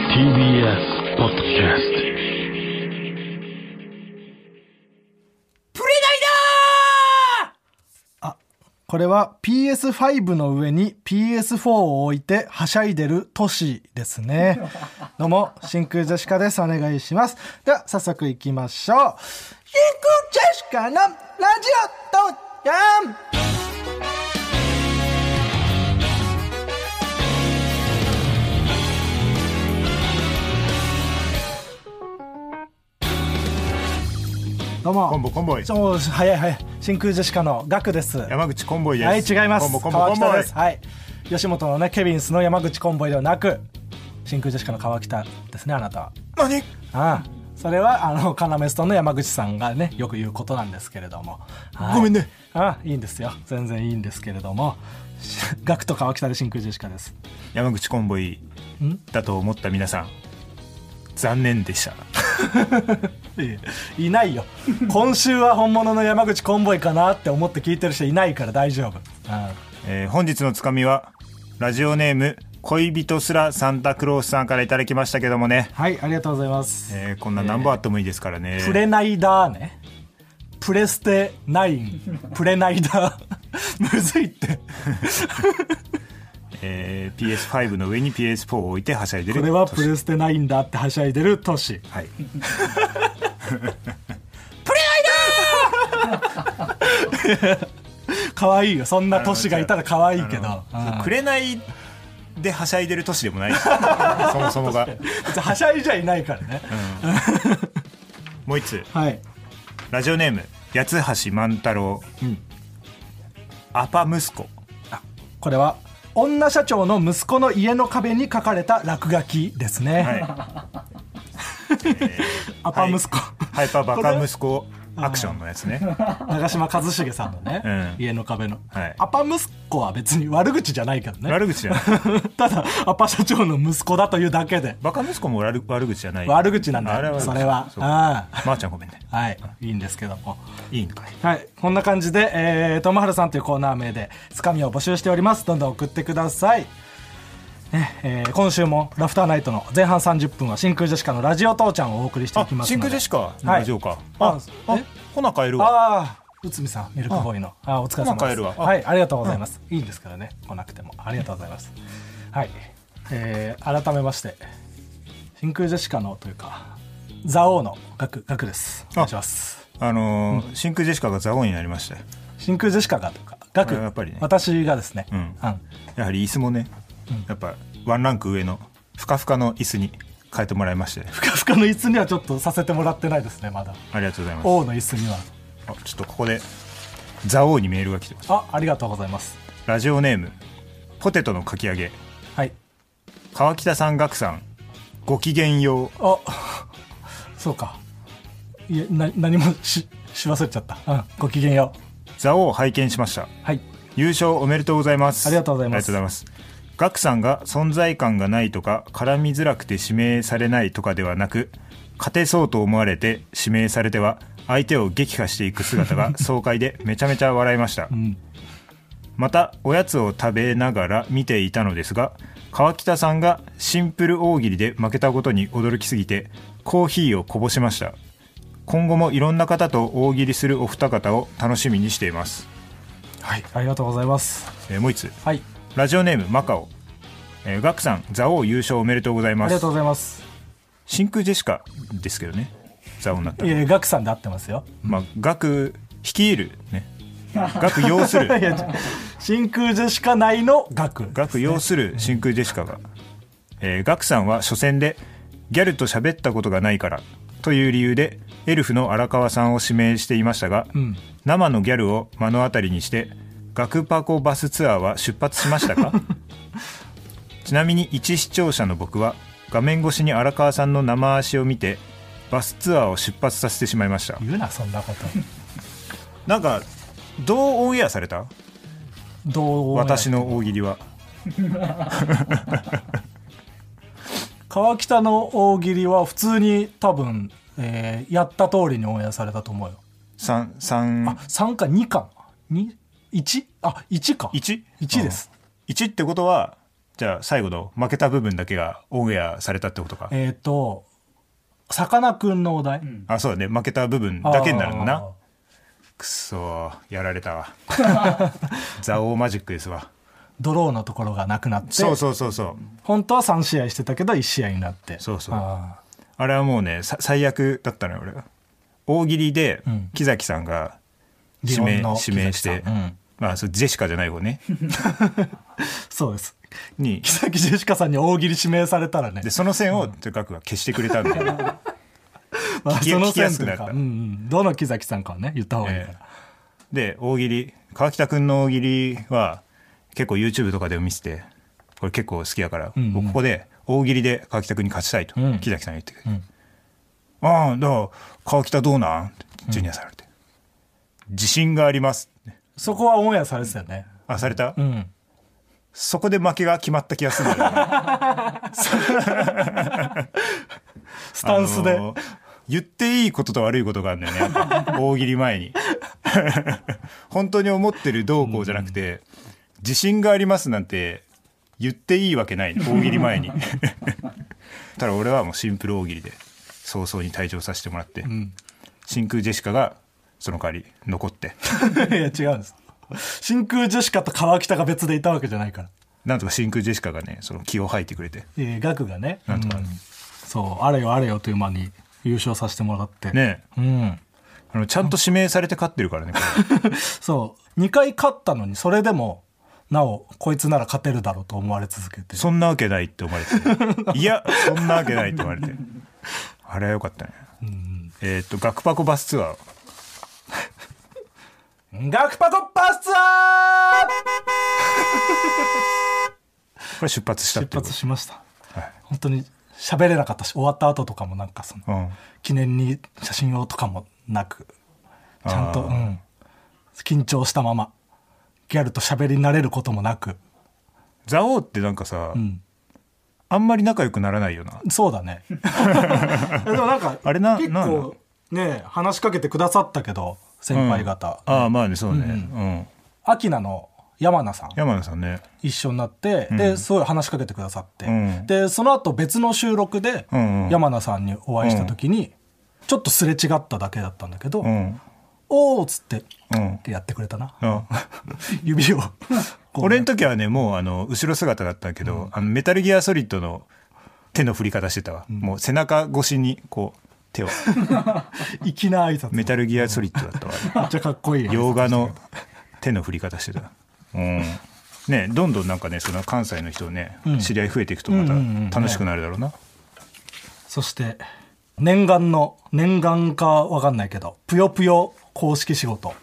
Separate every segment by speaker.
Speaker 1: TBS ポッドキャスト
Speaker 2: プレナイ
Speaker 3: これは PS5 の上に PS4 を置いてはしゃいでる都市ですね。どうも、真空ジェシカです。お願いします。では、早速行きましょう。真空ジェシカのラジオとやんどうも。
Speaker 4: コンボコンボイ
Speaker 3: そう早い早い真空ジェシカのガクですは
Speaker 4: 山口コンボイです。
Speaker 3: い違います
Speaker 4: コンボコンボ
Speaker 3: 川
Speaker 4: コンボ
Speaker 3: 北
Speaker 4: イ
Speaker 3: で。すはい吉本のねケビンスの山口コンボイではなく真空ジェシカの川北ですねあなたは
Speaker 4: 何？
Speaker 3: ああそれはあのカナメストの山口さんがねよく言うことなんですけれども、はい
Speaker 4: ごめんね
Speaker 3: ああいいんですよ全然いいんですけれどもしガクと川北で真空ジェシカです
Speaker 4: 山口コンボイだと思った皆さん、残念でした。
Speaker 3: いいいないよ今週は本物の山口コンボイかなって思って聞いてる人いないから大丈夫、うん
Speaker 4: えー本日のつかみはラジオネーム恋人すらサンタクロースさんからいただきましたけどもね。
Speaker 3: はいありがとうございます、
Speaker 4: えーこんな何本あってもいいですからね。
Speaker 3: プレナイダーね。プレステ9、プレナイダー。 むずいって。
Speaker 4: えー PS5 の上に PS4 を置いてはしゃいでる。
Speaker 3: これはプレステ9だってはしゃいでる都市。
Speaker 4: はい。
Speaker 3: 可愛いよ。そんな都市がいたら可愛いけど。うん
Speaker 4: くれないではしゃいでる年でも ない。そもそもが。
Speaker 3: 別にはしゃいじゃいないからね。
Speaker 4: もう一つ。
Speaker 3: はい。
Speaker 4: ラジオネーム八橋万太郎。アパ息子。
Speaker 3: これは、女社長の息子の家の壁に書かれた落書きですね。
Speaker 4: はい。
Speaker 3: アパ息子。
Speaker 4: ハイパーバカ息子アクションのやつね。
Speaker 3: 長嶋一茂さんのね、
Speaker 4: うん
Speaker 3: 家の壁の、
Speaker 4: はい
Speaker 3: アパ息子は別に悪口じゃないけどね。
Speaker 4: 悪口じゃない。
Speaker 3: ただ、アパ社長の息子だというだけで。
Speaker 4: バカ息子も悪悪口じゃない。
Speaker 3: 悪口なん
Speaker 4: あ
Speaker 3: だ
Speaker 4: れ
Speaker 3: よ、
Speaker 4: 悪口
Speaker 3: それは。
Speaker 4: そう
Speaker 3: あ
Speaker 4: まーちゃんごめんね。
Speaker 3: あはい、いいんですけども。
Speaker 4: いいんかい。
Speaker 3: はい、こんな感じで、えー、ともはるさんというコーナー名で、つかみを募集しております。どんどん送ってください。ねえー今週もラフターナイトの前半30分は真空ジェシカのラジオ父ちゃんをお送りしてい
Speaker 4: あ
Speaker 3: き、ます
Speaker 4: 真
Speaker 3: ので。
Speaker 4: 空ジェシカの
Speaker 3: はい
Speaker 4: ラジオか。
Speaker 3: あ
Speaker 4: あ、あ
Speaker 3: え、
Speaker 4: ほな帰るわ。
Speaker 3: ああ、内海さん、ミルクボーイの。ああ、お疲れ様
Speaker 4: 今
Speaker 3: で
Speaker 4: 帰
Speaker 3: す。
Speaker 4: るわあ
Speaker 3: はい、ありがとうございます。いいんですからね、来なくても。ありがとうございます。はい、えー、改めまして、真空ジェシカのというか、ザオのガク、ガクです。お願いします。
Speaker 4: あのー、真空ジェシカがザオになりましたよ
Speaker 3: 真空ジェシカがというか、ガク、
Speaker 4: あやっぱりね
Speaker 3: 私がですね、
Speaker 4: うんやはり椅子もね、やっぱワンランク上のふかふかの椅子に変えてもらいまして、
Speaker 3: ふかふかの椅子にはちょっとさせてもらってないですね、まだ。
Speaker 4: ありがとうございます。
Speaker 3: 王の椅子には。
Speaker 4: あちょっとここでザオにメールが来てます。
Speaker 3: あ、ありがとうございます。
Speaker 4: ラジオネームポテトのかき揚げ
Speaker 3: はい。
Speaker 4: 川北さん岳さんごきげんよう。
Speaker 3: あ、そうか。いえ、な、何もし、し忘れちゃった。うん、ごきげんよう。
Speaker 4: ザオを拝見しました。
Speaker 3: はい。
Speaker 4: 優勝おめでとうございます
Speaker 3: ありがとうございます
Speaker 4: ありがとうございますガクさんが存在感がないとか絡みづらくて指名されないとかではなく勝てそうと思われて指名されては相手を撃破していく姿 が爽快でめちゃめちゃ笑いました、またおやつを食べながら見ていたのですが川北さんがシンプル大喜利で負けたことに驚きすぎてコーヒーをこぼしました今後もいろんな方と大喜利するお二方を楽しみにしています、
Speaker 3: はい。ありがとうございます。
Speaker 4: えーもう一つ
Speaker 3: はい。
Speaker 4: ラジオネームマカオ、えーガクさんザオ優勝おめでとうござい
Speaker 3: あ
Speaker 4: ま
Speaker 3: り
Speaker 4: す
Speaker 3: がとうございます。
Speaker 4: 真空ジェシカですけどねザオになった
Speaker 3: い
Speaker 4: ら
Speaker 3: や、ガクさんで合ってますよ。
Speaker 4: まあガク率いるねガク擁す る
Speaker 3: 真空ジェシカ内のガク。
Speaker 4: ガク擁する真空ジェシカが、えーガクさんは初戦でギャルと喋ったことがないからという理由でエルフの荒川さんを指名していましたが、生のギャルを目の当たりにしてガクパコバスツアーは出発しましたかちなみに一視聴者の僕は画面越しに荒川さんの生足を見てバスツアーを出発させてしまいました
Speaker 3: 言うな、そんなこと。
Speaker 4: なんかどうオンエアされた
Speaker 3: どう
Speaker 4: 私の大喜利は
Speaker 3: 川北の大喜利は普通に多分、えーやった通りにオンエアされたと思うよ。
Speaker 4: 三三
Speaker 3: あ、3か2か。2?1? あ、1か。
Speaker 4: 1
Speaker 3: 1です。
Speaker 4: 1ってことはじゃあ最後の負けた部分だけがオンエアされたってことか。
Speaker 3: えっ、とさかなクンのお題、
Speaker 4: あ、そうだね。負けた部分だけになるん
Speaker 3: あ
Speaker 4: だ
Speaker 3: ー
Speaker 4: な。くそーやられた わ。ザオーマジックですわ。
Speaker 3: ドローのところがなくなって
Speaker 4: そうそうそうそう。
Speaker 3: 本当は3試合してたけど1試合になって
Speaker 4: そうそう
Speaker 3: あ
Speaker 4: あれはもうね、さ最悪だったのよ、俺は。大喜利で
Speaker 3: ん
Speaker 4: 木崎さんが
Speaker 3: ー
Speaker 4: 指
Speaker 3: 疑
Speaker 4: 名
Speaker 3: 問の
Speaker 4: 指名して
Speaker 3: 木崎、さんうん
Speaker 4: まあそうジェシカじゃない方ね。
Speaker 3: そうです
Speaker 4: に
Speaker 3: 木崎ジェシカさんに大喜利指名されたらね
Speaker 4: でその線をとかくは消してくれたんで、
Speaker 3: まあ
Speaker 4: 聞き
Speaker 3: その
Speaker 4: 聞きや
Speaker 3: 線
Speaker 4: す
Speaker 3: とい
Speaker 4: くな
Speaker 3: う
Speaker 4: った
Speaker 3: か、うんうん、どの木崎さんかはね言った方がいいから、
Speaker 4: で大喜利川北君の大喜利は結構 YouTube とかでも見せてこれ結構好きやから、
Speaker 3: んうん
Speaker 4: もうここで大喜利で川北君に勝ちたいと、
Speaker 3: うん
Speaker 4: 木崎さんが言ってくる、ああだから川北どうなんってジュニアさんが言われて、自信があります
Speaker 3: そこはオンエアされてたよね
Speaker 4: あされた、
Speaker 3: うん
Speaker 4: そこで負けが決まった気がするんだよね
Speaker 3: スタンスで、
Speaker 4: あのー言っていいことと悪いことがあるんだよねやっ ぱ大喜利前に 本当に思ってるどうこうじゃなくて、自信がありますなんて言っていいわけないね大喜利 前にただ俺はもうシンプル大喜利で早々に退場させてもらって、真空ジェシカがその代わり残って
Speaker 3: いや違うんです真空ジェシカと川北が別でいたわけじゃないから
Speaker 4: なんとか真空ジェシカがねその気を吐いてくれて
Speaker 3: えー、ガクがね
Speaker 4: なんとか
Speaker 3: うんそうあれよあれよという間に優勝させてもらって
Speaker 4: ね
Speaker 3: うん
Speaker 4: あのちゃんと指名されて勝ってるからねこれ
Speaker 3: そう2回勝ったのにそれでもなおこいつなら勝てるだろうと思われ続けて
Speaker 4: そんなわけないって思 われていやそんなわけないって言われてあれは良かったね、えーっと学パコバスツアー
Speaker 3: ガクパコパスツア
Speaker 4: これ出発した
Speaker 3: ー
Speaker 4: っ
Speaker 3: 出
Speaker 4: てこと
Speaker 3: 発しました
Speaker 4: はい
Speaker 3: 本当に喋れなかったし終わった後とかもなんかその
Speaker 4: うん、
Speaker 3: 記念に写真をとかもなくちゃんと、
Speaker 4: あ
Speaker 3: う
Speaker 4: ー
Speaker 3: ん、緊張したままギャルと喋り慣れることもなく、
Speaker 4: ザオーってなんかさ、
Speaker 3: うん、
Speaker 4: あんまり仲良くならないよな
Speaker 3: そうだ ねでもなんか
Speaker 4: あれな
Speaker 3: 結
Speaker 4: なんな
Speaker 3: 構
Speaker 4: の
Speaker 3: ね話しかけてくださったけど先輩方、
Speaker 4: うんああまあねそうね、うん
Speaker 3: アキナの山名さん
Speaker 4: 山野さんね
Speaker 3: 一緒になって、
Speaker 4: ん
Speaker 3: ですごい話しかけてくださって、
Speaker 4: うん
Speaker 3: でその後別の収録で
Speaker 4: うんうん
Speaker 3: 山名さんにお会いした時に、ちょっとすれ違っただけだったんだけど「
Speaker 4: うん
Speaker 3: おー」っつって
Speaker 4: うん
Speaker 3: やってくれたな
Speaker 4: あ
Speaker 3: 指をこう
Speaker 4: 俺の時はねもうあの後ろ姿だったんだけど、あのメタルギアソリッドの手の振り方してたわ、もう背中越しにこう手を
Speaker 3: 粋な挨拶め
Speaker 4: メタルギアソリッドだったわあれ
Speaker 3: っちゃかっこいい
Speaker 4: 洋画の手の振り方してた。うん。ね、どんどんなんかね、その関西の人ね、
Speaker 3: ん
Speaker 4: 知り合い増えていくと
Speaker 3: うんうんうんう
Speaker 4: ま
Speaker 3: ん
Speaker 4: た楽しくなるだろうな。
Speaker 3: そして念願の念願かわかんないけどぷよぷよ公式仕事、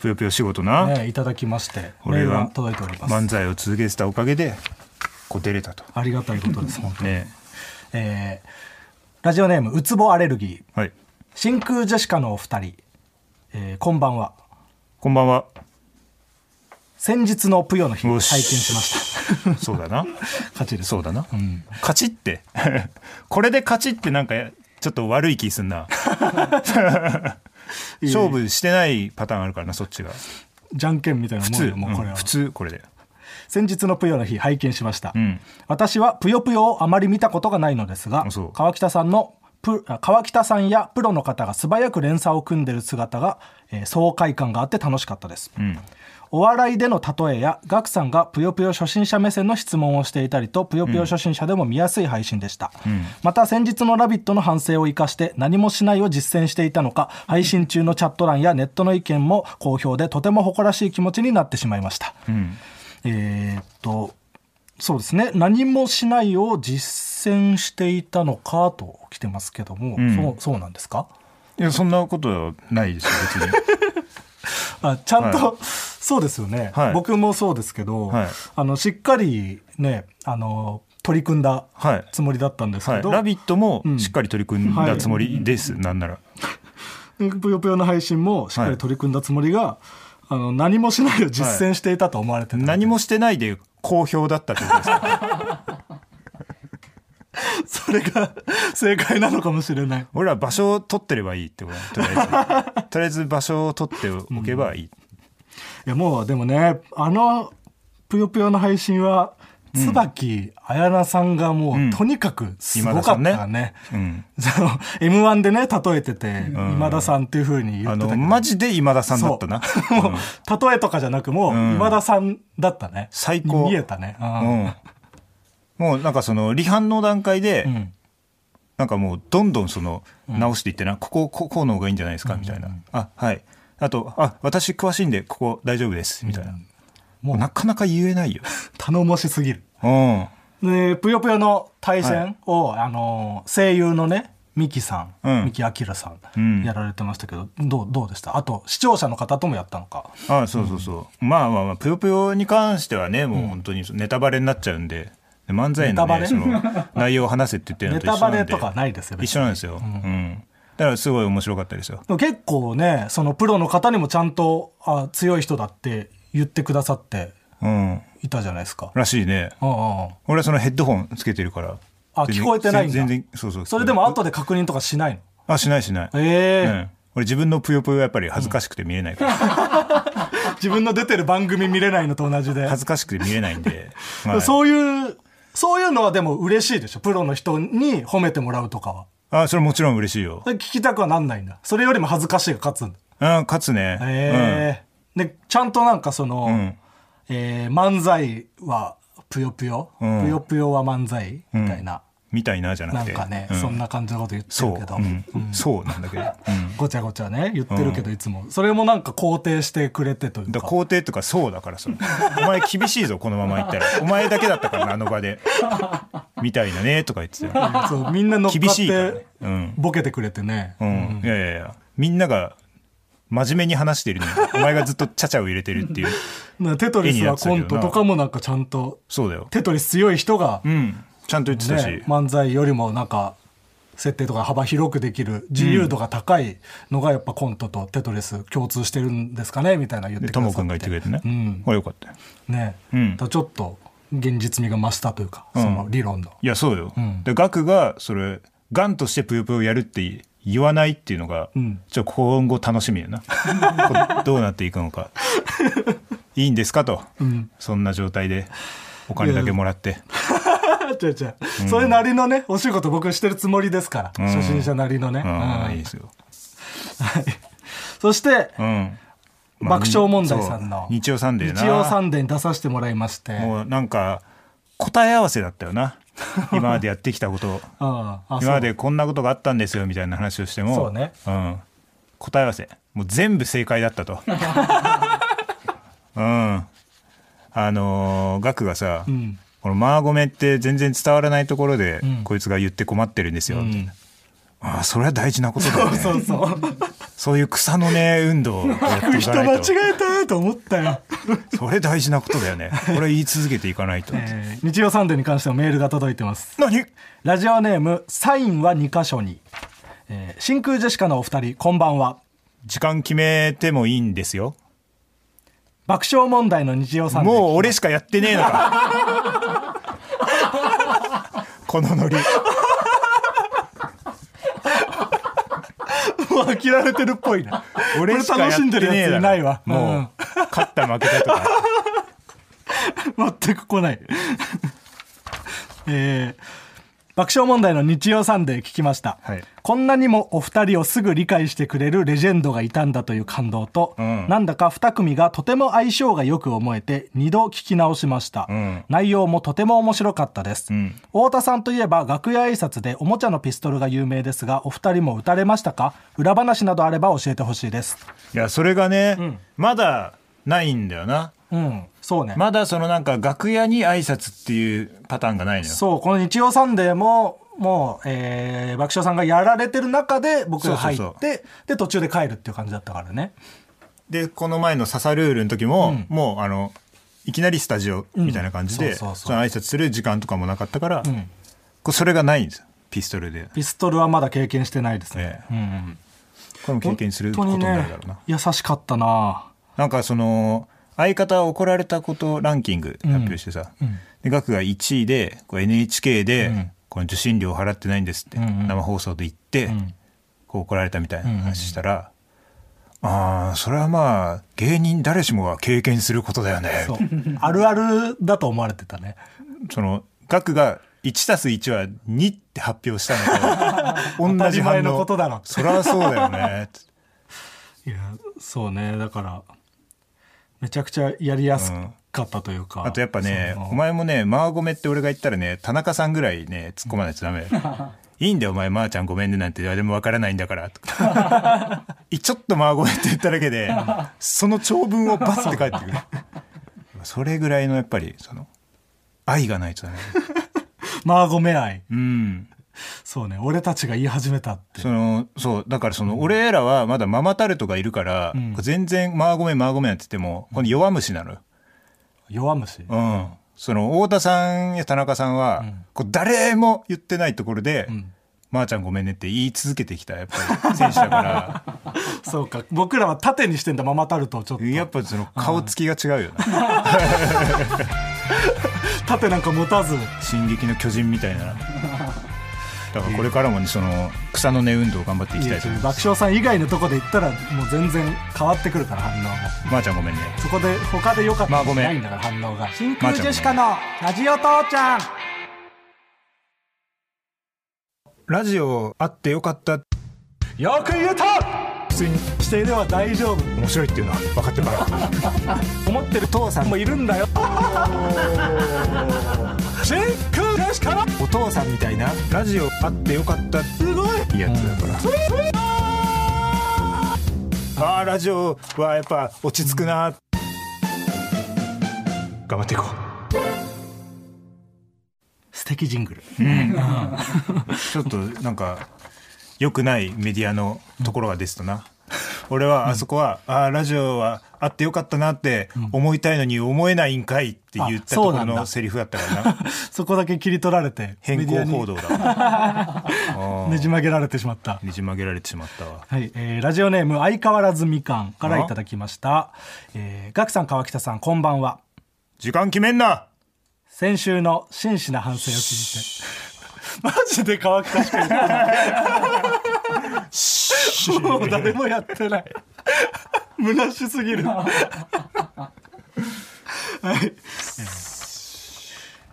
Speaker 4: ぷよぷよ仕事な。
Speaker 3: ね、いただきましてメー
Speaker 4: 俺
Speaker 3: ルが
Speaker 4: が
Speaker 3: 届いております、
Speaker 4: 漫才を続けてたおかげで、こう出れたと。
Speaker 3: ありがたいことです本当に、
Speaker 4: ね。
Speaker 3: えーラジオネームうつぼアレルギー
Speaker 4: はい。
Speaker 3: 真空ジェシカのお二人、えーこんばんは
Speaker 4: こんばんは。
Speaker 3: 先日のぷよの日
Speaker 4: よ
Speaker 3: 拝見
Speaker 4: し
Speaker 3: しました
Speaker 4: そうだな。
Speaker 3: た勝ちです
Speaker 4: そうだな。
Speaker 3: ん
Speaker 4: 勝ちって。 これで勝ちってなんか、ちょっと悪い気すん な。勝負してないパターンあるからな、そっちが。
Speaker 3: じゃんけんみたいな
Speaker 4: 普
Speaker 3: もん
Speaker 4: 通、
Speaker 3: よもうこれ
Speaker 4: う
Speaker 3: は、
Speaker 4: ん普通、これで。
Speaker 3: 先日のぷよの日拝見しました、
Speaker 4: ん
Speaker 3: 私はぷよぷよをあまり見たことがないのですが
Speaker 4: あそう
Speaker 3: 川北さんのプあ川北さんやプロの方が素早く連鎖を組んでる姿が、えー爽快感があって楽しかったです、
Speaker 4: うん。
Speaker 3: お笑いでの例えやガクさんがぷよぷよ初心者目線の質問をしていたりとぷよぷよ初心者でも見やすい配信でした、また先日の「ラビット!」の反省を生かして何もしないを実践していたのか配信中のチャット欄やネットの意見も好評でとても誇らしい気持ちになってしまいました、
Speaker 4: うん。
Speaker 3: えーっとそうですね何もしないを実践していたのかと来てますけども、
Speaker 4: ん
Speaker 3: そうそうなんですか
Speaker 4: いや、そんなことはないですよ、別に。
Speaker 3: あちゃんと、
Speaker 4: は
Speaker 3: そうですよね、
Speaker 4: はい
Speaker 3: 僕もそうですけど、
Speaker 4: はい
Speaker 3: あのしっかりねあの取り組んだ
Speaker 4: はい
Speaker 3: つもりだったんです
Speaker 4: は
Speaker 3: け
Speaker 4: い、
Speaker 3: ど「
Speaker 4: ラビットも
Speaker 3: うん
Speaker 4: しっかり取り組んだつもりです、なんなら。
Speaker 3: ぷよぷよ」の配信もしっかり取り組んだつもりが、あの何もしないを実践していたと思われてた、
Speaker 4: 何もしてないで好評だったってことですか
Speaker 3: それが 正解なのかもしれない
Speaker 4: 俺ら場所を取ってればいいってことだとりあえず。とりあえず場所を取っておけばいい。
Speaker 3: いやもうでもねあの「ぷよぷよ」の配信は椿綾菜さんがもう、
Speaker 4: ん
Speaker 3: とにかくすごかっ
Speaker 4: 今田
Speaker 3: た
Speaker 4: さん
Speaker 3: ね。
Speaker 4: うん
Speaker 3: その M1 でね例えてて、今田さんっていうふうに言っ
Speaker 4: あ
Speaker 3: てた
Speaker 4: の
Speaker 3: けど
Speaker 4: マジで今田さんだったな
Speaker 3: そうもう例えとかじゃなくもう、
Speaker 4: ん
Speaker 3: 今田さんだったね
Speaker 4: 最高
Speaker 3: 見えたね、うん
Speaker 4: うん、もうなんかその離反の段階で、
Speaker 3: ん
Speaker 4: なんかもうどんどんその直していってな、ここここうの方がいいんじゃないですかみたいな、あはいあとあ私詳しいんでここ大丈夫ですみたいな、もうなかなか言えないよ、
Speaker 3: 頼もしすぎる
Speaker 4: うん
Speaker 3: でぷよぷよの対
Speaker 4: は
Speaker 3: 戦を、あの声優のねミキさん、
Speaker 4: うん
Speaker 3: ミキアキラさん、
Speaker 4: うん
Speaker 3: やられてましたけどどうどうでしたあと視聴者の方ともやったのか
Speaker 4: あそうそうそう、まあまあまあぷよぷよに関してはねもう本当にネタバレになっちゃうんでで漫才
Speaker 3: ネ
Speaker 4: の,、ね、
Speaker 3: タ
Speaker 4: そ
Speaker 3: バレ
Speaker 4: の内容を話せって言ってるの
Speaker 3: ネ
Speaker 4: と一
Speaker 3: タ
Speaker 4: 緒な
Speaker 3: バ
Speaker 4: んで
Speaker 3: レとかないですよ
Speaker 4: 一緒なんですよ、うんだからすごい面白かったですよ
Speaker 3: でも結構ねそのプロの方にもちゃんとあ強い人だって言ってくださって
Speaker 4: うん
Speaker 3: いたじゃないですから
Speaker 4: しいね
Speaker 3: うんうんうん
Speaker 4: 俺はそのヘッドホンつけてるから
Speaker 3: あ
Speaker 4: 全然
Speaker 3: 聞こえてないんだ
Speaker 4: 全然そうそう
Speaker 3: それでも後で確認とかしないの
Speaker 4: あしないしない、
Speaker 3: ええ
Speaker 4: うん、俺自分のぷよぷよはやっぱり恥ずかしくて見れないから、
Speaker 3: 自分の出てる番組見れないのと同じで、
Speaker 4: 恥ずかしくて見れない んで、はい
Speaker 3: そういうそういうのはでも嬉しいでしょプロの人に褒めてもらうとかは
Speaker 4: あそれもちろん嬉しいよ、
Speaker 3: で聞きたくはなんないんだそれよりも恥ずかしいが勝つんだ
Speaker 4: うん、かつね、
Speaker 3: へえでちゃんとなんかその、
Speaker 4: ん
Speaker 3: えー漫才はぷよぷよ、
Speaker 4: うん
Speaker 3: ぷよぷよは漫才みたいな、
Speaker 4: うん、みたいなじゃな
Speaker 3: な
Speaker 4: く
Speaker 3: ん
Speaker 4: て
Speaker 3: かね、
Speaker 4: う
Speaker 3: そんな感じのこと言って
Speaker 4: そ
Speaker 3: る
Speaker 4: う
Speaker 3: けど、
Speaker 4: うん そうなんだけど、うん
Speaker 3: ごちゃごちゃね言ってるけどいつも、それもなんか肯定してくれてという
Speaker 4: だ
Speaker 3: か
Speaker 4: 皇帝とかそうだからそれお前厳しいぞこのまま行 ったらお前だけだったからなあの場でみたいなねとか言ってたよ
Speaker 3: そうみんな乗っか
Speaker 4: 厳
Speaker 3: っ
Speaker 4: しいから
Speaker 3: て
Speaker 4: ねうん
Speaker 3: ボケてくれてね、
Speaker 4: うん、いやいやいやみんなが真面目に話してるのにお前がずっとちゃちゃを入れてるっていう
Speaker 3: なテトリスはコントとかもなんかちゃんと
Speaker 4: そうだよ
Speaker 3: テトリス強い人が、
Speaker 4: う
Speaker 3: ね
Speaker 4: んちゃんと言ってたし、
Speaker 3: 漫才よりもなんか設定とか幅広くできる自由度が高いのがやっぱコントとテトリス共通してるんですかねみたいなの言って
Speaker 4: で
Speaker 3: く
Speaker 4: と
Speaker 3: だ
Speaker 4: も
Speaker 3: さ
Speaker 4: く
Speaker 3: っ
Speaker 4: んが言っててくれてね、
Speaker 3: うん
Speaker 4: これよかったよ
Speaker 3: ね、
Speaker 4: うん
Speaker 3: だからちょっと現実味が増したというか、
Speaker 4: ん
Speaker 3: その理 論の
Speaker 4: いやそうよ、
Speaker 3: ん
Speaker 4: でガクがそれガンとしてぷよぷよやるって言わないっていうのが、
Speaker 3: ん
Speaker 4: ちょっと今後楽しみや なこれどうなっていくのかいいんですかと、そんな状態でお金だけもらって
Speaker 3: 違う違う、それなりのねお仕事僕してるつもりですから、
Speaker 4: うん
Speaker 3: 初心者なりのね、
Speaker 4: うん、
Speaker 3: うん
Speaker 4: いいですよ、
Speaker 3: そして、
Speaker 4: うん
Speaker 3: 爆笑問題さんの
Speaker 4: そう日曜サンデーな
Speaker 3: 日曜サンデーに出させてもらいまして
Speaker 4: もうなんか答え合わせだったよな今までやってきたこと
Speaker 3: うんあそう
Speaker 4: 今までこんなことがあったんですよみたいな話をしても
Speaker 3: そうね
Speaker 4: ん、答え合わせもう全部正解 だったとうんあのーガクがさ、
Speaker 3: ん
Speaker 4: この「マーゴメ」って全然伝わらないところで、
Speaker 3: ん
Speaker 4: こいつが言って困ってるんですよ、みたいなああそれは大事なことだよ ね
Speaker 3: そうそう
Speaker 4: そういう草の根 運動をやってい
Speaker 3: 人
Speaker 4: かな
Speaker 3: 間
Speaker 4: いと
Speaker 3: 違えたと思ったよ、
Speaker 4: それ大事なことだよねこれ言い続けていかないと、
Speaker 3: えー日曜サンデーに関してもメールが届いてます
Speaker 4: 何
Speaker 3: ラジオネームサインは2箇所に、えー真空ジェシカのお二人こんばんは
Speaker 4: 時間決めてもいいんですよ
Speaker 3: 爆笑問題の日曜サンデー
Speaker 4: もう俺しかやってねえのか このノリ
Speaker 3: もう飽きられてるっぽいな
Speaker 4: 俺しかやっ
Speaker 3: 楽し
Speaker 4: て
Speaker 3: んでる
Speaker 4: ねえ
Speaker 3: やつ
Speaker 4: だろ
Speaker 3: いないわ
Speaker 4: もう、
Speaker 3: うん
Speaker 4: 勝った負けたとか
Speaker 3: 全く来ない えー爆笑問題の日曜サンデー聞きました、
Speaker 4: はい
Speaker 3: こんなにもお二人をすぐ理解してくれるレジェンドがいたんだという感動と、
Speaker 4: ん
Speaker 3: なんだか二組がとても相性がよく思えて二度聞き直しました、
Speaker 4: ん
Speaker 3: 内容もとても面白かったです、
Speaker 4: ん
Speaker 3: 太田さんといえば楽屋挨拶でおもちゃのピストルが有名ですがお二人も打たれましたか裏話などあれば教えてほしいです
Speaker 4: いやそれがね、まだないんだよな
Speaker 3: うんそうね
Speaker 4: まだそのなんか楽屋に挨拶っていうパターンがないのよ
Speaker 3: そう、この日曜サンデーも、もう、えー爆笑さんがやられてる中で僕が入って、
Speaker 4: そう
Speaker 3: で、途中で帰るっていう感じだったからね。
Speaker 4: でこの前の「ササルール」の時も、もうあのいきなりスタジオみたいな感じ
Speaker 3: う
Speaker 4: で、
Speaker 3: んそうそうそう
Speaker 4: その挨拶する時間とかもなかったか
Speaker 3: ん
Speaker 4: ら、こうそれがないんですよピストルで、
Speaker 3: ピストルはまだ経験してないですね。
Speaker 4: ええこれも経験することになるだろうな、
Speaker 3: 本当にね、優しかったな
Speaker 4: なんかその相方怒られたことランキング発表してさ、でガクが1位でこう NHK で、この受信料払ってないんですって、生放送で言って、こう怒られたみたいな話したら、ああそれはまあ芸人誰しもが経験することだよね
Speaker 3: そう。あるあるだと思われてたね。
Speaker 4: そのガクが1たす1は2って発表したのと
Speaker 3: 当
Speaker 4: 同
Speaker 3: たり
Speaker 4: じ
Speaker 3: 前
Speaker 4: 反
Speaker 3: の
Speaker 4: 応
Speaker 3: ことだろ
Speaker 4: そりゃそうだよね
Speaker 3: いやそうねだからめちゃくちゃやりやすかったというか、
Speaker 4: あとやっぱね
Speaker 3: その
Speaker 4: お前もねマーゴメって俺が言ったらね田中さんぐらいね突っ込まないとダメ いいんだよお前まー、ちゃんごめんねなんて誰もわからないんだからとか ちょっとマーゴメって言っただけでその長文をバッて返ってくるそれぐらいのやっぱりその愛がないと ダメ
Speaker 3: マーゴメ愛
Speaker 4: うん
Speaker 3: そうね俺たちが言い始めたって
Speaker 4: そのそうだからその、俺らはまだママタルトがいるから、
Speaker 3: ん
Speaker 4: 全然マーゴメマーゴメなんて言ってもこの弱虫なのよ、
Speaker 3: 弱虫
Speaker 4: うん、その太田さんや田中さんは、こう誰も言ってないところで「まーちゃんごめんね」って言い続けてきたやっぱり選 手だから
Speaker 3: そうか僕らは縦にしてんだママタルトをちょっと
Speaker 4: やっぱその顔つきが違うよな
Speaker 3: 縦なんか持たず
Speaker 4: 「進撃の巨人」みたいな。だからこれからもねその草の根運動を頑張っていきたいと思いま
Speaker 3: 爆
Speaker 4: す。
Speaker 3: 笑さん以外のとこで言ったらもう全然変わってくるから反応が
Speaker 4: まー、ちゃんごめんね。
Speaker 3: そこで他で良かった
Speaker 4: まあ
Speaker 3: こ
Speaker 4: ご
Speaker 3: と
Speaker 4: めん
Speaker 3: ないんだから反応が真
Speaker 4: ま
Speaker 3: 空
Speaker 4: あちゃん
Speaker 3: ジェシカのラジオ父ちゃん
Speaker 4: ラジオあってよかった。
Speaker 3: よく言うと
Speaker 4: 普通に
Speaker 3: 指定では大丈夫
Speaker 4: 面白いっていうのは分かってから。
Speaker 3: 思ってる父さんもいるんだよ真空ジェシカの
Speaker 4: お父さんみたいなラジオあってよかったすごいいやつだから、ああラジオはやっぱ落ち着くな、頑張っていこう
Speaker 3: 素敵ジングル
Speaker 4: ちょっとなんか良くないメディアのところがですとな、俺はあそこは、ああラジオはあってよかったなって思いたいのに思えないんかいって言ったところ
Speaker 3: あそうなんだ
Speaker 4: のセリフだったから な
Speaker 3: そこだけ切り取られて
Speaker 4: 変更報道だわああ
Speaker 3: ねじ曲げられてしまった
Speaker 4: ねじ曲げられてしまったわ
Speaker 3: はい、えーラジオネーム相変わらずみかんからいただきました。えー、ガクさん、川北さん、こんばんは。
Speaker 4: 時間決めんな
Speaker 3: 先週の真摯な反省を聞いて。 マジで川北しか言ってない。もう誰もやってない。虚しすぎる。はい。えー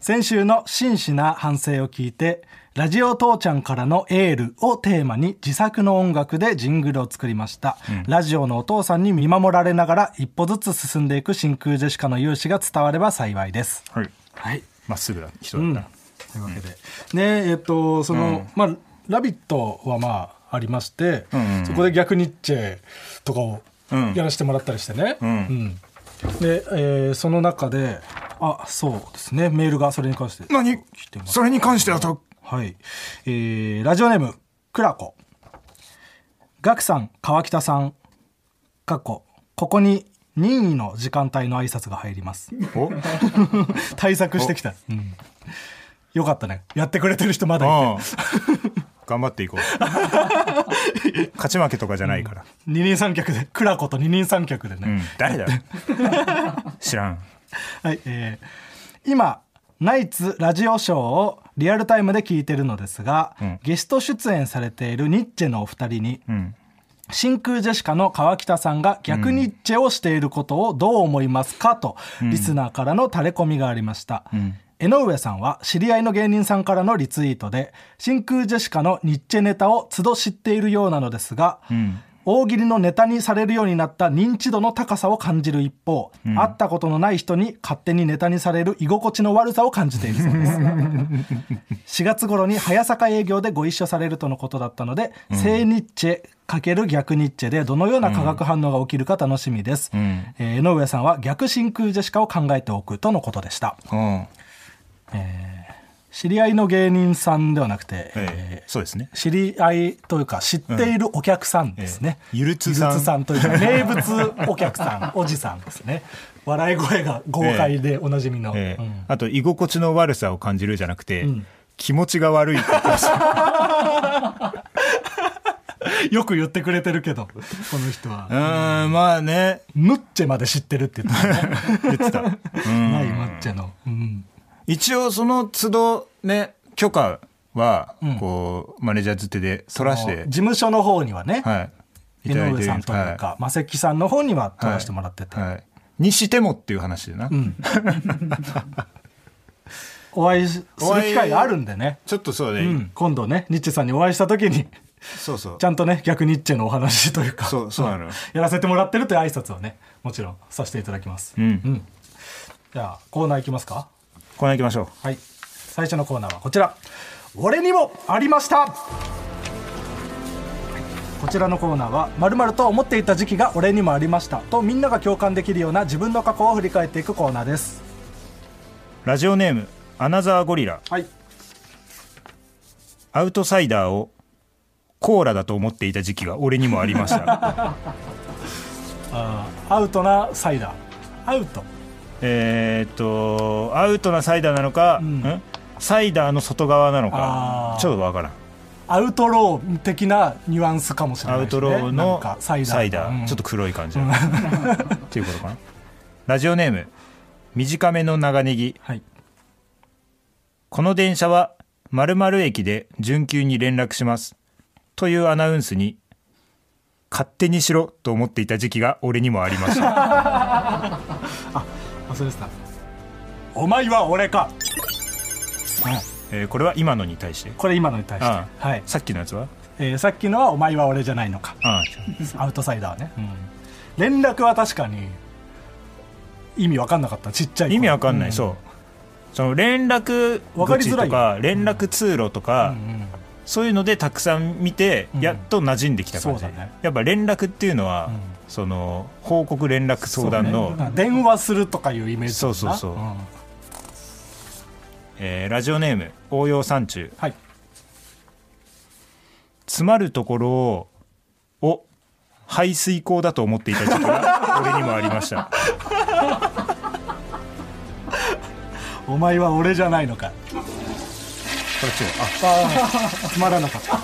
Speaker 3: 先週の真摯な反省を聞いて、ラジオ父ちゃんからのエールをテーマに自作の音楽でジングルを作りました。ラジオのお父さんに見守られながら一歩ずつ進んでいく真空ジェシカの勇姿が伝われば幸いです。
Speaker 4: はい
Speaker 3: はい。
Speaker 4: まっすぐな人
Speaker 3: う
Speaker 4: だ
Speaker 3: ん。
Speaker 4: っ
Speaker 3: と
Speaker 4: た、
Speaker 3: いうわけで。ねえ、っと、その、まあ、ラビットはまあ、ありまして、
Speaker 4: んうん
Speaker 3: そこで逆ニッチェとかを
Speaker 4: うん
Speaker 3: やらせてもらったりしてね。
Speaker 4: ん
Speaker 3: うんで、えーその中で、あ、そうですね、メールがそれに関して。
Speaker 4: 何
Speaker 3: 来てます
Speaker 4: それに関してはと
Speaker 3: はい。えーラジオネーム、クラコ。ガクさん、川北さん、かっこ、ここに任意の時間帯の挨拶が入ります。
Speaker 4: お
Speaker 3: 対策してきた。うん。よかったね。やってくれてる人まだい
Speaker 4: ああ頑張っていこう 勝ち負けとかじゃないから、
Speaker 3: て二人三脚で、クラコと二人三脚でね。
Speaker 4: うん誰だよ知らん
Speaker 3: はい、えー今、ナイツラジオショーをリアルタイムで聞いてるのですが、
Speaker 4: ん
Speaker 3: ゲスト出演されているニッチェのお二人に、
Speaker 4: うん
Speaker 3: 真空ジェシカの川北さんが逆ニッチェをしていることをどう思いますかと、リスナーからのタレコミがありました。江上さんは知り合いの芸人さんからのリツイートで真空ジェシカのニッチェネタを都度知っているようなのですが、大喜利のネタにされるようになった認知度の高さを感じる一方、会ったことのない人に勝手にネタにされる居心地の悪さを感じているそうです4月頃に早坂営業でご一緒されるとのことだったので、正ニッチェ×逆ニッチェでどのような化学反応が起きるか楽しみです、えー江上さんは逆真空ジェシカを考えておくとのことでした
Speaker 4: うん、
Speaker 3: 知り合いの芸人さんではなくて、
Speaker 4: ええそうですね
Speaker 3: 知り合いというか知っているお客さんですね、
Speaker 4: うんええゆるつさん
Speaker 3: ゆとい うか名物お客さんおじさんですね笑い声が豪快でおなじみの、
Speaker 4: ええ
Speaker 3: うん
Speaker 4: あと居心地の悪さを感じるじゃなくて、気持ちが悪いって言ってました
Speaker 3: よく言ってくれてるけどこの人は
Speaker 4: うーんまあね
Speaker 3: ヌッチェまで知ってるって言ってたね
Speaker 4: 言ってた
Speaker 3: ないマッチェの、うん
Speaker 4: 一応その都度ね許可はこう、マネージャーづてで取らし
Speaker 3: 事
Speaker 4: て
Speaker 3: 務所の方にはね、
Speaker 4: はい
Speaker 3: 井上さんという
Speaker 4: は
Speaker 3: かマセキさんの方には取らせてもらってて、
Speaker 4: はい、にしてもっていう話でな、
Speaker 3: お会いしする機会があるんでね、
Speaker 4: ちょっとそうね、
Speaker 3: うん、今度ねニッチェさんにお会いした時に
Speaker 4: そうそう
Speaker 3: ちゃんとね逆ニッチェのお話というか
Speaker 4: そうそうなのよ
Speaker 3: やらせてもらってるという挨拶をねもちろんさせていただきます、
Speaker 4: うん
Speaker 3: うんじゃあコーナーいきますか
Speaker 4: コーナー行きましょう
Speaker 3: はい最初のコーナーはこちら俺にもありましたこちらのコーナーは「まると思っていた時期が俺にもありました」とみんなが共感できるような自分の過去を振り返っていくコーナーです
Speaker 4: ラジオネームアナザーゴリラ
Speaker 3: はい
Speaker 4: アウトサイダーをコーラだと思っていた時期が俺にもありました
Speaker 3: アウトなサイダーアウト
Speaker 4: えーっとアウトなサイダーなのか、
Speaker 3: ん
Speaker 4: んサイダーの外側なのか
Speaker 3: あー
Speaker 4: ちょっとわからん
Speaker 3: アウトロー的なニュアンスかもしれな
Speaker 4: ア
Speaker 3: い
Speaker 4: ウ
Speaker 3: です、
Speaker 4: ト
Speaker 3: ね、
Speaker 4: ローの
Speaker 3: なんか
Speaker 4: サイダー
Speaker 3: うん
Speaker 4: ちょっと黒い感じだな っていうことかなラジオネーム短めの長ネギ
Speaker 3: はい
Speaker 4: この電車は〇〇駅で準急に連絡しますというアナウンスに勝手にしろと思っていた時期が俺にもありま した
Speaker 3: 忘れてたお前は俺か、はい
Speaker 4: えーこれは今のに対して
Speaker 3: これ今のに対して
Speaker 4: ああ
Speaker 3: はい、
Speaker 4: さっきのやつは
Speaker 3: えーさっきのは「お前は俺じゃないのか」
Speaker 4: ああ
Speaker 3: アウトサイダーね、連絡は確かに意味わかんなかったちっちゃい頃
Speaker 4: 意味わかんない、
Speaker 3: う
Speaker 4: そうその連絡
Speaker 3: わかり
Speaker 4: 口
Speaker 3: づらい
Speaker 4: とか連絡通路とか、
Speaker 3: うん
Speaker 4: そういうのでたくさん見て
Speaker 3: ん
Speaker 4: やっと馴染んできた感じ、
Speaker 3: そうだね
Speaker 4: やっぱ連絡っていうのは、
Speaker 3: ん
Speaker 4: その報告連絡相談
Speaker 3: な
Speaker 4: の、
Speaker 3: んか電話するとかいうイメージだったな
Speaker 4: そうそうそうんえーラジオネーム応用山中
Speaker 3: はい
Speaker 4: 詰まるところをを排水口だと思っていた時期が俺にもありました
Speaker 3: お前は俺じゃないのか
Speaker 4: これ違うあ
Speaker 3: つまらなか った、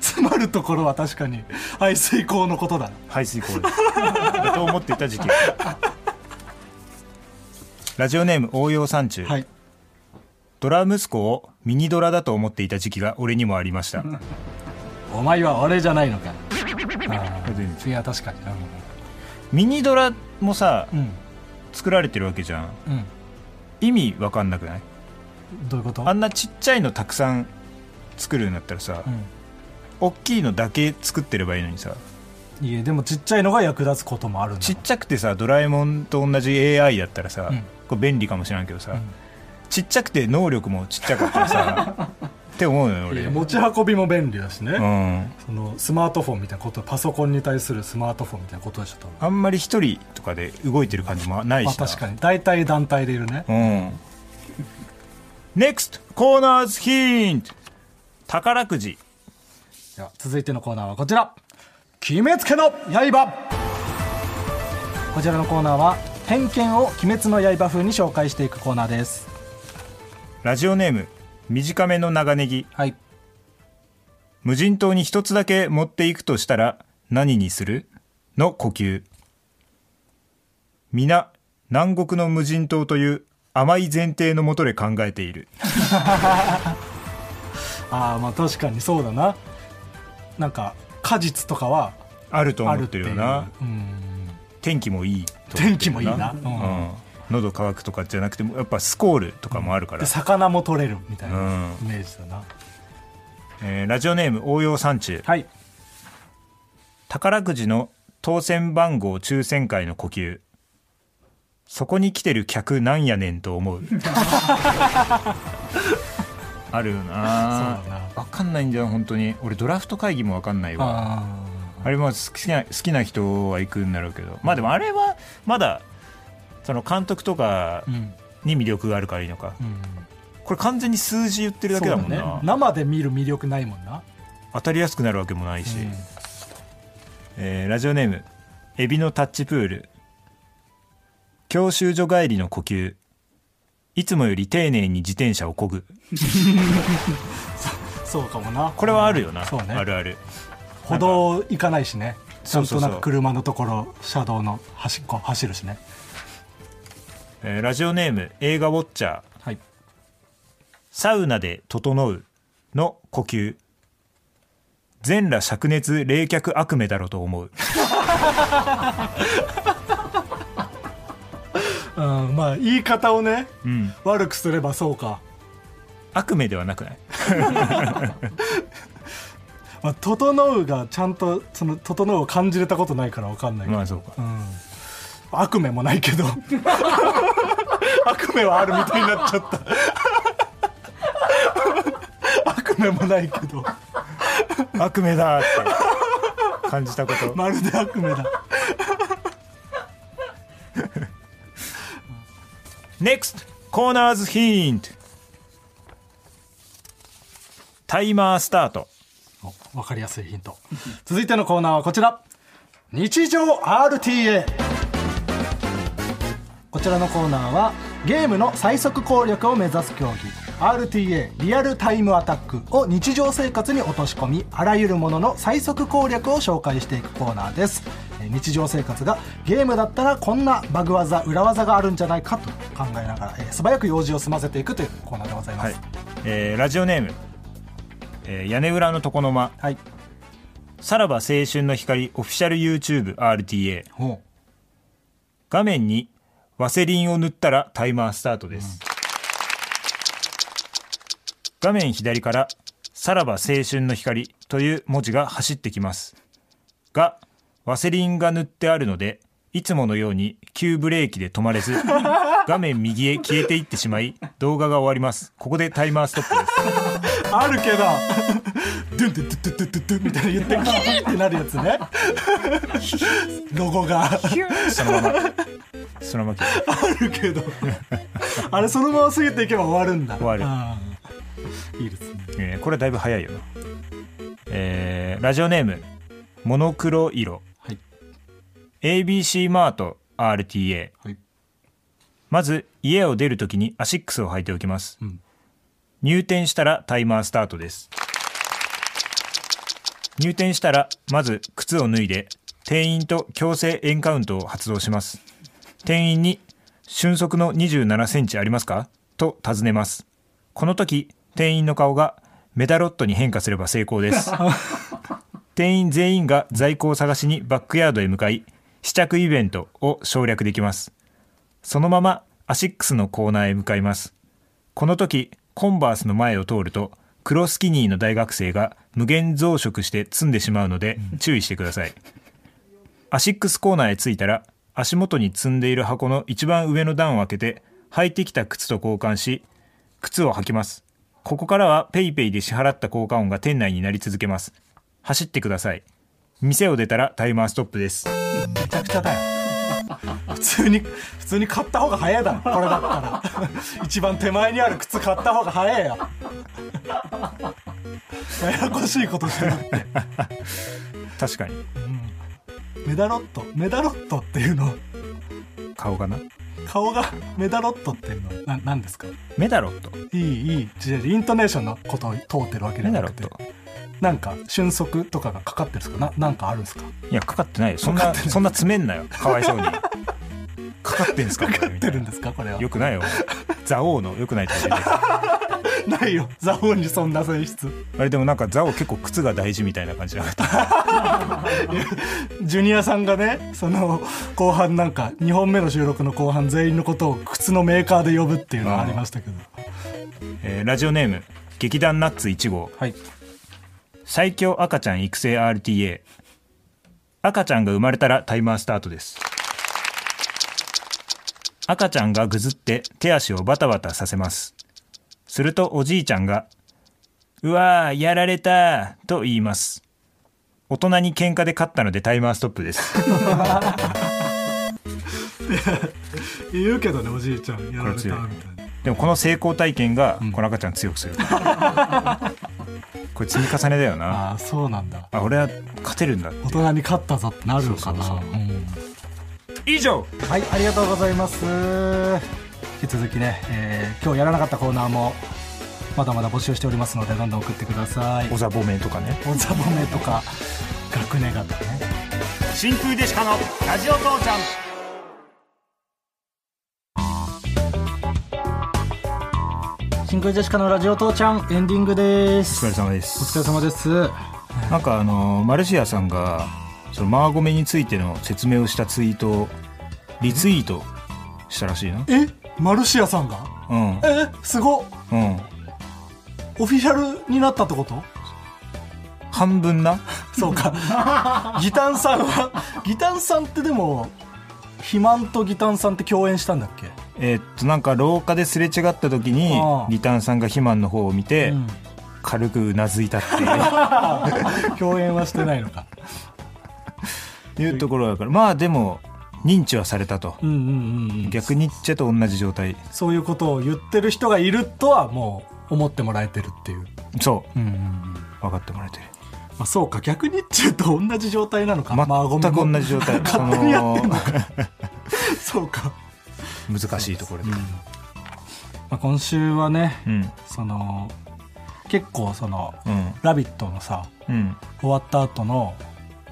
Speaker 3: つまるところは確かに排水口のことだね
Speaker 4: 排水口ですだと思っていた時期がラジオネーム応用山中、
Speaker 3: はい
Speaker 4: ドラ息子をミニドラだと思っていた時期が俺にもありました
Speaker 3: お前は俺じゃないのかあ
Speaker 4: 全然
Speaker 3: ーいや確かに
Speaker 4: ミニドラもさ
Speaker 3: うん
Speaker 4: 作られてるわけじゃん
Speaker 3: うん、
Speaker 4: 意味わかんなくない
Speaker 3: どういうこと
Speaker 4: あんなちっちゃいのたくさん作るんだったらさ、
Speaker 3: うん
Speaker 4: おっきいのだけ作ってればいいのにさ
Speaker 3: いやでもちっちゃいのが役立つこともあるんだ
Speaker 4: ちっちゃくてさドラえもんと同じ AI だったらさ、
Speaker 3: うん
Speaker 4: これ便利かもしれないけどさ、ちっちゃくて能力もちっちゃかったらさ って思うのよ
Speaker 3: い
Speaker 4: 俺
Speaker 3: や持ち運びも便利だしね、
Speaker 4: うん
Speaker 3: そのスマートフォンみたいなことパソコンに対するスマートフォンみたいなことでしょ多分
Speaker 4: あんまり一人とかで動いてる感じもないし
Speaker 3: ま
Speaker 4: な、
Speaker 3: あ確かに大体団体でいるね
Speaker 4: うん。NEXT コーナーズヒント宝くじ
Speaker 3: では続いてのコーナーはこちら決めつけの刃こちらのコーナーは偏見を鬼滅の刃風に紹介していくコーナーです
Speaker 4: ラジオネーム短めの長ネギ
Speaker 3: はい
Speaker 4: 無人島に一つだけ持っていくとしたら何にするの呼吸皆南国の無人島という甘い前提のもとで考えている
Speaker 3: ああまあ確かにそうだななんか果実とかは
Speaker 4: あると
Speaker 3: あ
Speaker 4: 思
Speaker 3: る
Speaker 4: っ
Speaker 3: って
Speaker 4: て
Speaker 3: い
Speaker 4: るよ
Speaker 3: う
Speaker 4: な
Speaker 3: うん
Speaker 4: 天気もいいと思
Speaker 3: 天
Speaker 4: って
Speaker 3: 気
Speaker 4: るよ
Speaker 3: もいいな、うん
Speaker 4: うん喉乾くとかじゃなくてもやっぱスコールとかもあるから
Speaker 3: で、魚も取れるみたいな
Speaker 4: うん
Speaker 3: イメージだな、
Speaker 4: えーラジオネーム応用山中
Speaker 3: はい
Speaker 4: 宝くじの当選番号抽選会の呼吸そこに来てる客なんやねんと思う あるよな
Speaker 3: そうだな
Speaker 4: 分かんないんだよ本当に俺ドラフト会議も分かんないわ
Speaker 3: あ
Speaker 4: あれも好きな好きな人は行くんだろうけどまあでもあれはまだその監督とか
Speaker 3: ーうん
Speaker 4: に魅力があるからいいのか、
Speaker 3: うん
Speaker 4: これ完全に数字言ってるだけだもん
Speaker 3: そうだ
Speaker 4: な、
Speaker 3: ね、生で見る魅力ないもんな、
Speaker 4: 当たりやすくなるわけもないし、
Speaker 3: うん
Speaker 4: えーラジオネームエビのタッチプール教習所帰りの呼吸いつもより丁寧に自転車をこぐ
Speaker 3: そうかもな
Speaker 4: これはあるよな、
Speaker 3: そうね
Speaker 4: あるある
Speaker 3: 歩道行かないしねちゃん
Speaker 4: そ
Speaker 3: と
Speaker 4: うそ
Speaker 3: なか
Speaker 4: うんそう
Speaker 3: 車のところ車道の端っこ走るしね
Speaker 4: えーラジオネーム映画ウォッチャー
Speaker 3: はい
Speaker 4: サウナで整うの呼吸全裸灼熱冷却悪夢だろと思う
Speaker 3: うん、まあ言い方をね、
Speaker 4: うん
Speaker 3: 悪くすればそうか、
Speaker 4: 悪名では なくない
Speaker 3: まあ、整うがちゃんとその整うを感じれたことないから分かんないけど、
Speaker 4: まあそうか
Speaker 3: 悪名もないけど悪名はあるみたいになっちゃった悪名もないけど
Speaker 4: 悪名だーって感じたこと、
Speaker 3: まるで悪名だ
Speaker 4: NEXT コーナーズヒントタイマースタート
Speaker 3: おわかりやすいヒント続いてのコーナーはこちら日常 RTA こちらのコーナーはゲームの最速攻略を目指す競技 RTA リアルタイムアタックを日常生活に落とし込みあらゆるものの最速攻略を紹介していくコーナーですえー日常生活がゲームだったらこんなバグ技裏技があるんじゃないかと考えながら、えー素早く用事を済ませていくというコーナーでございます
Speaker 4: はい、えーラジオネーム、えー屋根裏の床の間
Speaker 3: はい、
Speaker 4: さらば青春の光オフィシャル YouTubeRTA
Speaker 3: ほう
Speaker 4: 画面にワセリンを塗ったらタイマースタートです、画面左から「さらば青春の光」という文字が走ってきますがワセリンが塗ってあるのでいつものように急ブレーキで止まれ ず画面右へ消えていってしまい動画が終わりますここでタイマーストップです
Speaker 3: あるけど、ドゥンドゥンドゥンドゥンドゥンドゥンみたいな言って、キーってなるやつね。 ロゴがあ
Speaker 4: そのままそのまま消える
Speaker 3: るけど、あれそのまま過ぎていけば終わるんだ。
Speaker 4: 終わる
Speaker 3: る。いいですね。
Speaker 4: えーこれだいぶ早いよな、えーラジオネームモノクロ色、
Speaker 3: はい
Speaker 4: ABC マート RTA
Speaker 3: はい。
Speaker 4: まず家を出るときにアシックスを履いておきます、
Speaker 3: うん
Speaker 4: 入店したらタイマースタートです入店したらまず靴を脱いで店員と強制エンカウントを発動します店員に「瞬足の2 7センチありますか?」と尋ねますこの時店員の顔がメダロットに変化すれば成功です 店員全員が在庫を探しにバックヤードへ向かい試着イベントを省略できますそのままアシックスのコーナーへ向かいます。この時、コンバースの前を通ると、黒スキニーの大学生が無限増殖して積んでしまうので注意してください。アシックスコーナーへ着いたら、足元に積んでいる箱の一番上の段を開けて、履いてきた靴と交換し、靴を履きます。ここからは PayPay ペイペイで支払った交換音が店内になり続けます。走ってください。店を出たらタイマーストップです。
Speaker 3: めちゃくちゃだよ。普通に、普通に買った方が早いだろ、これだったら。一番手前にある靴買った方が早いよ。ややこしいことしてる。
Speaker 4: 確かに。
Speaker 3: メダロット、メダロットっていうの、
Speaker 4: 顔がな。
Speaker 3: 顔がメダロットっていうの、な、なんですか
Speaker 4: メダロット。
Speaker 3: いいいい違うイントネーションのことを通ってるわけじゃ
Speaker 4: メダ
Speaker 3: な
Speaker 4: ロ
Speaker 3: くて
Speaker 4: ット。
Speaker 3: なんか瞬足とかがかかってるんですかななんかあるんですか
Speaker 4: いやかかってないよそんなそんな詰めんなよかわいそう にかかってんすかかか
Speaker 3: ってるんですかこれは
Speaker 4: よくないよ蔵王のよくないって言ってる
Speaker 3: ないよザオにそんな性質
Speaker 4: あれでもなんか蔵王結構靴が大事みたいな感じじゃなかった
Speaker 3: ジュニアさんがねその後半なんか2本目の収録の後半全員のことを靴のメーカーで呼ぶっていうのがありましたけど
Speaker 4: えーラジオネーム劇団ナッツ1号
Speaker 3: はい
Speaker 4: 最強赤ちゃん育成 RTA 赤ちゃんが生まれたらタイマースタートです赤ちゃんがぐずって手足をバタバタさせますするとおじいちゃんが「うわーやられたー」と言います大人に喧嘩で勝ったのでタイマーストップです
Speaker 3: 言うけどねおじいちゃんやられたみたいな
Speaker 4: でもこの成功体験がこの赤ちゃん強くする、これ積み重ねだよな
Speaker 3: ああそうなんだ
Speaker 4: あ俺は勝てるんだって
Speaker 3: 大人に勝ったぞってなるのかな
Speaker 4: そうそ
Speaker 3: う
Speaker 4: う
Speaker 3: ん
Speaker 4: 以上
Speaker 3: はい、ありがとうございます。引き続きね、えー今日やらなかったコーナーもまだまだ募集しておりますので、どんどん送ってください。
Speaker 4: お座ぼめとかね
Speaker 3: おざぼめとか、学年がね。
Speaker 4: 真空でしかのラジオ父ちゃん
Speaker 3: 真空ジェシカのラジオ父ちゃん、エンディングで
Speaker 4: お疲れ
Speaker 3: す。
Speaker 4: 様で
Speaker 3: お疲れ
Speaker 4: す
Speaker 3: 様です。
Speaker 4: なんかあのマルシアさんがそのマーゴメについての説明をしたツイートをリツイートしたらしいな
Speaker 3: えマルシアさんが
Speaker 4: うん
Speaker 3: えすごっ
Speaker 4: うん
Speaker 3: オフィシャルになったってこと
Speaker 4: 半分な
Speaker 3: そうか ギタンさんはギタンさんってでも肥満とギタンさんって共演したんだっけ
Speaker 4: えーっとなんか廊下ですれ違った時に
Speaker 3: ああ
Speaker 4: ギタンさんが肥満の方を見て、
Speaker 3: うん
Speaker 4: 軽くうなずいたってい
Speaker 3: 共演はしてないのか
Speaker 4: ういうところだからまあでも認知はされたと
Speaker 3: うんうんうんうん
Speaker 4: 逆ニッチェと同じ状態
Speaker 3: そういうことを言ってる人がいるとはもう思ってもらえてるっていう、
Speaker 4: そ
Speaker 3: うんうんうん
Speaker 4: う分かってもらえてる
Speaker 3: まあ、そうか逆にちょっと同じ状態なのか
Speaker 4: 全く同じ状 態
Speaker 3: 勝手にやってんの
Speaker 4: そ
Speaker 3: じそうか、
Speaker 4: の 難しいところで
Speaker 3: まあ、今週はね
Speaker 4: うん
Speaker 3: その結構その
Speaker 4: うん
Speaker 3: 「ラビット!」のさ
Speaker 4: うん
Speaker 3: 終わった後の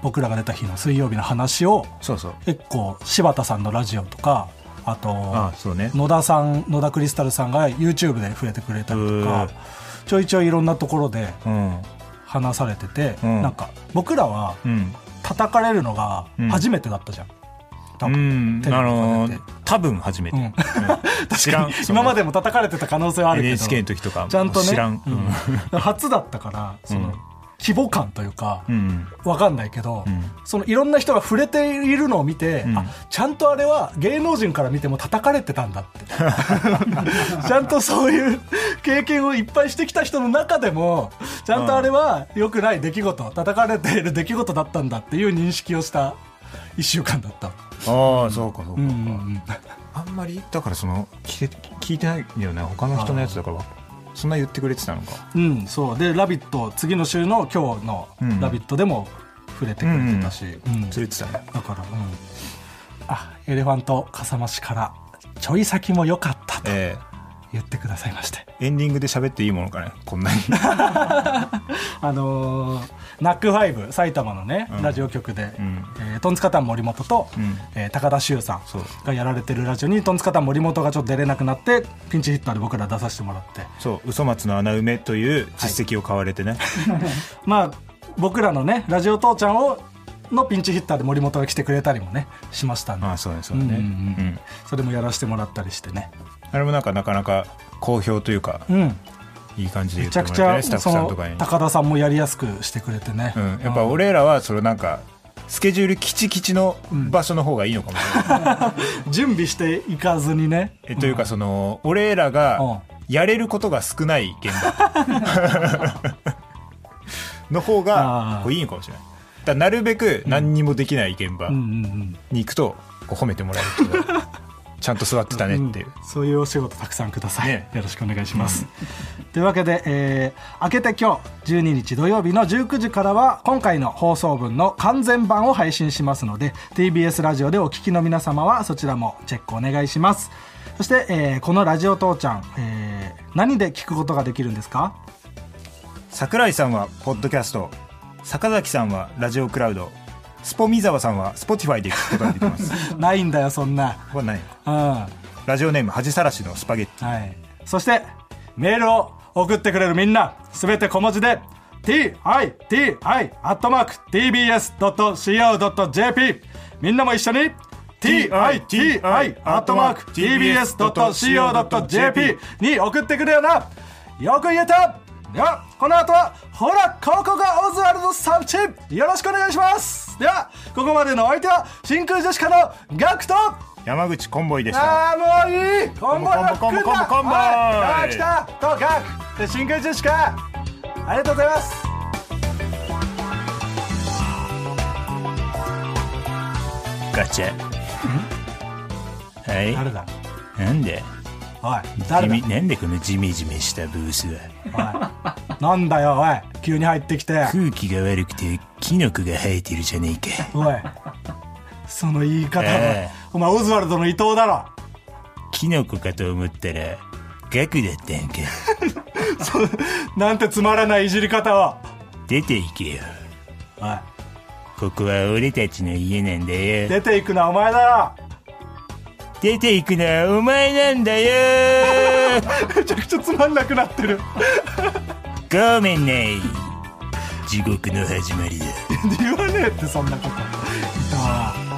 Speaker 3: 僕らが出た日の水曜日の話を
Speaker 4: そうそう
Speaker 3: 結構柴田さんのラジオとかあと
Speaker 4: ああそうね
Speaker 3: 野田さん野田クリスタルさんが YouTube で触れてくれたりと
Speaker 4: う
Speaker 3: か
Speaker 4: ん
Speaker 3: ちょいちょいいろんなところで
Speaker 4: うん
Speaker 3: 話されてて、
Speaker 4: うん
Speaker 3: なんか僕らは
Speaker 4: うん
Speaker 3: 叩かれるのが
Speaker 4: うん
Speaker 3: 初めてだったじゃん、多
Speaker 4: う
Speaker 3: 分
Speaker 4: ん
Speaker 3: テレビとか
Speaker 4: あの
Speaker 3: 出
Speaker 4: ー
Speaker 3: て
Speaker 4: 多分初めて、
Speaker 3: うん
Speaker 4: うん
Speaker 3: 確
Speaker 4: 知ら
Speaker 3: か
Speaker 4: ん
Speaker 3: に
Speaker 4: その
Speaker 3: 今までも叩かれてた可能性はあるけど
Speaker 4: NHK の時とか
Speaker 3: ちゃんとね
Speaker 4: 知らん
Speaker 3: うん初だったからその、
Speaker 4: うん
Speaker 3: 規模感というか、
Speaker 4: うんうん
Speaker 3: わかんないけど、
Speaker 4: うん
Speaker 3: そのいろんな人が触れているのを見て、
Speaker 4: ん
Speaker 3: あちゃんとあれは芸能人から見ても叩かれてたんだって ちゃんとそういう経験をいっぱいしてきた人の中でもちゃんとあれは良くない出来事叩かれている出来事だったんだっていう認識をした1週間だった、
Speaker 4: ああそうかそうか、
Speaker 3: うんうんうん、
Speaker 4: あんまりだからその聞いて聞いてないんだよね他の人のやつだからそんな言ってくれてたのか
Speaker 3: うん、そうで「ラビット!」次の週の今日の
Speaker 4: う
Speaker 3: 「
Speaker 4: ん
Speaker 3: ラビット!」でも触れてくれてたし、うん
Speaker 4: 連れてたね
Speaker 3: だから、うん、あエレファントかさ増しからちょい先も良かったと
Speaker 4: え
Speaker 3: 言ってくださいまして、
Speaker 4: えエンディングで喋っていいものかねこん なに
Speaker 3: あのーナックファイブ埼玉のね、
Speaker 4: うん
Speaker 3: ラジオ局で、
Speaker 4: うん
Speaker 3: えートンツカタン森本と、
Speaker 4: うん
Speaker 3: えー高田修さん
Speaker 4: そう
Speaker 3: がやられてるラジオにトンツカタン森本がちょっと出れなくなってピンチヒッターで僕ら出させてもらって
Speaker 4: そう嘘松の穴埋めという実績を買われてね、
Speaker 3: まあ僕らのねラジオ父ちゃんをのピンチヒッターで森本が来てくれたりもねしましたんで
Speaker 4: ああそうねそうね、
Speaker 3: うんうんうん
Speaker 4: うん
Speaker 3: それもやらせてもらったりしてね
Speaker 4: あれもなんかなかなか好評というか
Speaker 3: うん
Speaker 4: いい感じで
Speaker 3: め
Speaker 4: 言っ
Speaker 3: ち
Speaker 4: て
Speaker 3: ゃ
Speaker 4: も
Speaker 3: く
Speaker 4: らえ
Speaker 3: ち
Speaker 4: てね
Speaker 3: ゃ
Speaker 4: ス
Speaker 3: そ
Speaker 4: タッフさん
Speaker 3: の
Speaker 4: とかに、
Speaker 3: 高田さんもやりやすくしてくれてね、
Speaker 4: うん、やっぱ俺らはそれなんかスケジュールきちきちの場所の方がいいのかもしれない、
Speaker 3: 準備していかずにね
Speaker 4: えというかその俺らが
Speaker 3: う
Speaker 4: やれることが少ない現場 の方
Speaker 3: あ
Speaker 4: が
Speaker 3: ー
Speaker 4: こういいのかもしれないだからなるべく何にもできない現場
Speaker 3: うん
Speaker 4: に
Speaker 3: うんうん
Speaker 4: 行くとこう褒めてもらえるという かちゃんと座ってたねっていう、
Speaker 3: うんそういうお仕事たくさんください、
Speaker 4: ね
Speaker 3: よろしくお願いします、というわけで、えー、明けて今日12日土曜日の19時からは今回の放送分の完全版を配信しますので TBS ラジオでお聞きの皆様はそちらもチェックお願いしますそして、えーこの「ラジオ父ちゃん」えー何で聞くことができるんですか
Speaker 4: 桜井さんはポッドキャスト坂崎さんはラジオクラウドスポミザワさんは Spotify で聞くことができます
Speaker 3: ないんだよそんな
Speaker 4: これない
Speaker 3: うん
Speaker 4: ラジオネーム恥さらしのスパゲッテ
Speaker 3: はい、そしてメールを送ってくれるみんなすべて小文字で TITI.tbs.co.jp みんなも一緒に TITI.tbs.co.jp に送ってくれよなよく言えたではこの後はほらここがオズワルドサブチームよろしくお願いしますではここまでのお相手は真空ジェシカのガクト
Speaker 4: ィ山口コンボイでした
Speaker 3: ああもういいコンボだ
Speaker 4: コンボコン
Speaker 3: 来ん
Speaker 4: ボ
Speaker 3: な
Speaker 4: コンボコンボ
Speaker 3: はいあー来たとガクで真空ジェシカありがとうございます
Speaker 4: ガチャはい
Speaker 3: だ
Speaker 4: なんで
Speaker 3: おい誰だ
Speaker 4: 地味なんでこのジメジメしたブースは
Speaker 3: おいなんだよおい急に入ってきて
Speaker 4: 空気が悪くてキノコが生えてるじゃねえか
Speaker 3: おいその言い方
Speaker 4: ええ
Speaker 3: はお前オズワルドの伊藤だろ
Speaker 4: キノコかと思ったらガクだったんか
Speaker 3: なんてつまらないいじり方を
Speaker 4: 出ていけよ
Speaker 3: おい
Speaker 4: ここは俺たちの家なんだよ
Speaker 3: 出ていくのはお前だ
Speaker 4: 出ていくのはお前なんだよ
Speaker 3: ろめちゃくちゃつまんなくなってる
Speaker 4: ごめんね地獄の始まりだ
Speaker 3: 言わねえってそんなこと伊藤